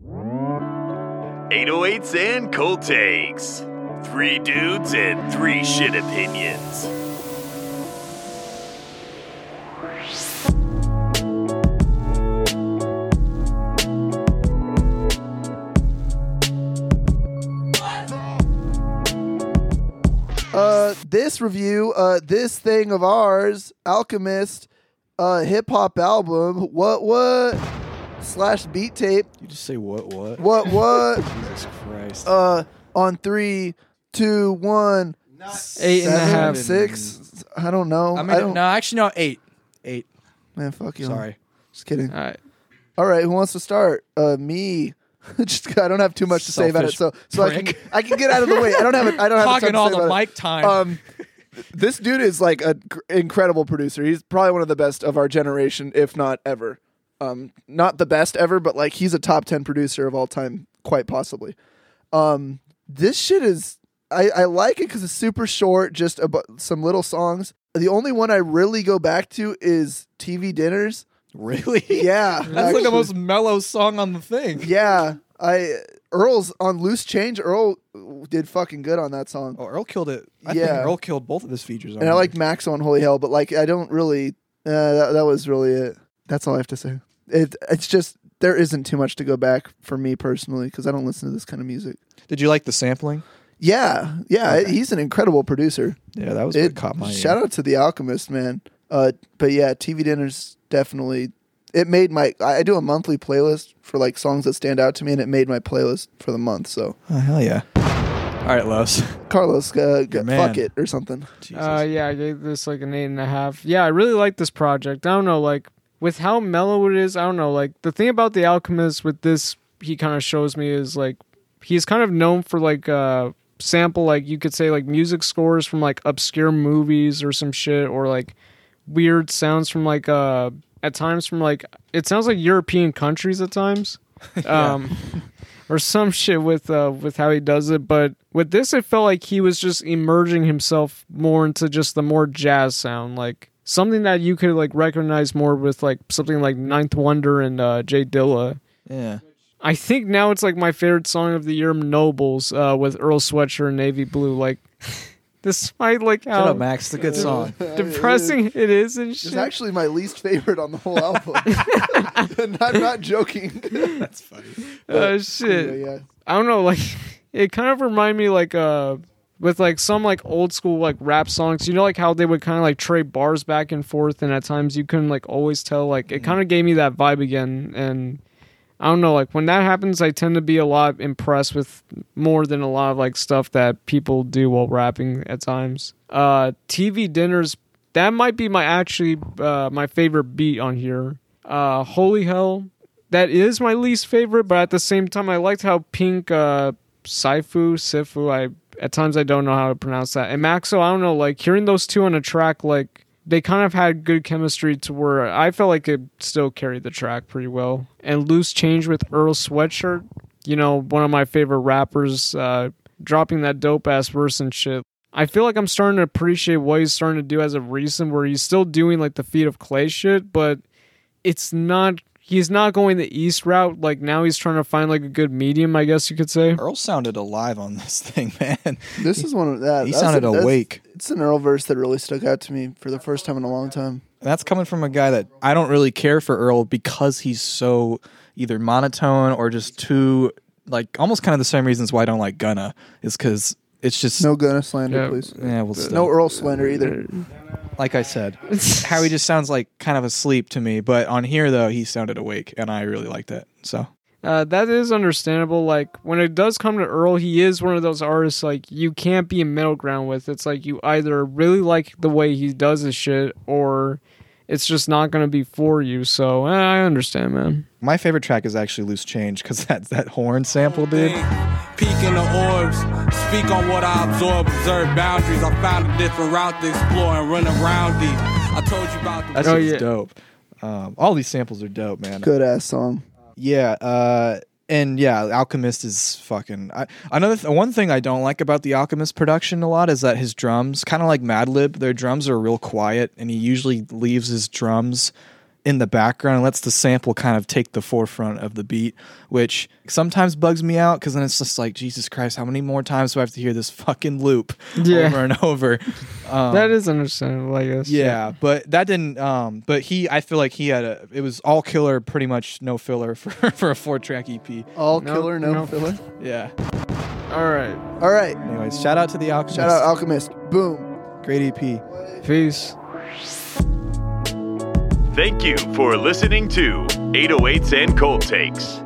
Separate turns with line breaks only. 808s and cold takes. Three dudes and three shit opinions.
Uh, this review, uh, this thing of ours, Alchemist, uh, hip hop album, what what slash beat tape,
You just say what what?
what what
Jesus Christ.
uh on three, two, one,
Eight and a
seven,
half.
six. I don't know.
I
I,
mean,
don't.
no, actually, no, eight. Eight.
Man, fuck you.
Sorry.
Just kidding.
All right.
All right, who wants to start? Uh, me. Just I don't have too much to say about it, so so I can
Selfish
I can get out of the way. I don't have it. I don't have a ton
Hogging
to
all
say
the
about it.
mic time.
Um, this dude is like an incredible producer. He's probably one of the best of our generation, if not ever. Um, not the best ever, but like he's a top ten producer of all time, quite possibly. Um, this shit is I, I like it because it's super short, just about some little songs. The only one I really go back to is TV dinners.
really?
Yeah,
That's like the
actually.
most mellow song on the thing.
Yeah, I Earl's on Loose Change. Earl did fucking good on that song,
Oh, Earl killed it. I
Yeah.
think Earl killed both of his features.
and I like Max on Holy Hell, but like I don't really. Uh, that, that was really it. That's all I have to say. It it's just there isn't too much to go back for me personally because I don't listen to this kind of music.
Did you like the sampling?
Yeah, yeah, he's an incredible producer.
Yeah, that was
It
what caught my
shout
ear.
out to the Alchemist, man. Uh, but yeah, TV dinners definitely. It made my. I I do a monthly playlist for like songs that stand out to me, and it made my playlist for the month. So
Oh, hell yeah. All right, Los.
Carlos, uh, g-
Your man.
fuck it or something.
Jesus.
Uh, yeah, I gave this like an eight and a half. Yeah, I really like this project. I don't know, like with how mellow it is. I don't know, like the thing about the Alchemist with this, he kind of shows me is like he's kind of known for like uh sample like you could say like music scores from like obscure movies or some shit or like weird sounds from like uh at times from like it sounds like European countries at times. Um or some shit with uh with how he does it, but with this it felt like he was just emerging himself more into just the more jazz sound, like something that you could like recognize more with like something like Ninth Wonder and uh Jay Dilla.
yeah.
I think now it's like my favorite song of the year, Nobles, uh, with Earl Sweatshirt and Navy Blue. Like, despite like
Shut up,
how
Max. It's a good song.
depressing it is and
It's
shit.
actually my least favorite on the whole album. And I'm not joking.
uh,
Yeah,
shit.
yeah.
I don't know, like it kind of remind me like uh with like some like old school like rap songs, you know like how they would kind of like trade bars back and forth and at times you couldn't like always tell like it kind of gave me that vibe again and I don't know like when that happens I tend to be a lot impressed with more than a lot of like stuff that people do while rapping at times. Uh TV dinners that might be my actually uh my favorite beat on here. Uh holy hell that is my least favorite, but at the same time, I liked how Pink uh, Saifu Sifu. I at times I don't know how to pronounce that. And Maxo, I don't know. Like hearing those two on a track, like they kind of had good chemistry to where I felt like it still carried the track pretty well. And Loose Change with Earl Sweatshirt, you know, one of my favorite rappers, uh, dropping that dope ass verse and shit. I feel like I'm starting to appreciate what he's starting to do as of recent, where he's still doing like the feet of clay shit, but it's not he's not going the east route like now he's trying to find like a good medium i guess you could say
Earl sounded alive on this thing, man.
This is one of that.
He
that's
sounded
a- that's-
awake.
It's an Earl verse that really stuck out to me for the first time in a long time.
And that's coming from a guy that I don't really care for Earl because he's so either monotone or just too like almost kind of the same reasons why I don't like Gunna is because it's just
No gonna slander,
Yeah.
please.
yeah. Well, still,
No Earl slander either.
like I said, how he just sounds like kind of asleep to me. But on here though, he sounded awake, and I really liked it. So
uh, that is understandable like when it does come to earl he is one of those artists like you can't be in middle ground with it's like you either really like the way he does his shit or it's just not going to be for you so eh, i understand man
my favorite track is actually Loose Change because that's that horn sample, dude.
Peek in the orbs, speak on what I absorb, observe boundaries. I found a different route to explore and run around these. I told you about the
That's
Oh, yeah.
dope. Um, all these samples are dope, man.
Good ass song.
Yeah, uh, and yeah, Alchemist is fucking. I, another th- one thing I don't like about the Alchemist production a lot is that his drums, kind of like Madlib, their drums are real quiet, and he usually leaves his drums in the background and lets the sample kind of take the forefront of the beat, which sometimes bugs me out because then it's just like, Jesus Christ, how many more times do I have to hear this fucking loop
Yeah.
over and over? Um,
that is understandable, I guess.
yeah, but that didn't. Um, but he, I feel like he had a. It was all killer, pretty much no filler for for a four track E EP.
All
No,
killer, no,
no.
filler.
Yeah.
All right.
All right.
Anyways, shout out to the Alchemist.
Shout out Alchemist. Boom.
Great E EP.
Peace.
Thank you for listening to 808s and Cold Takes.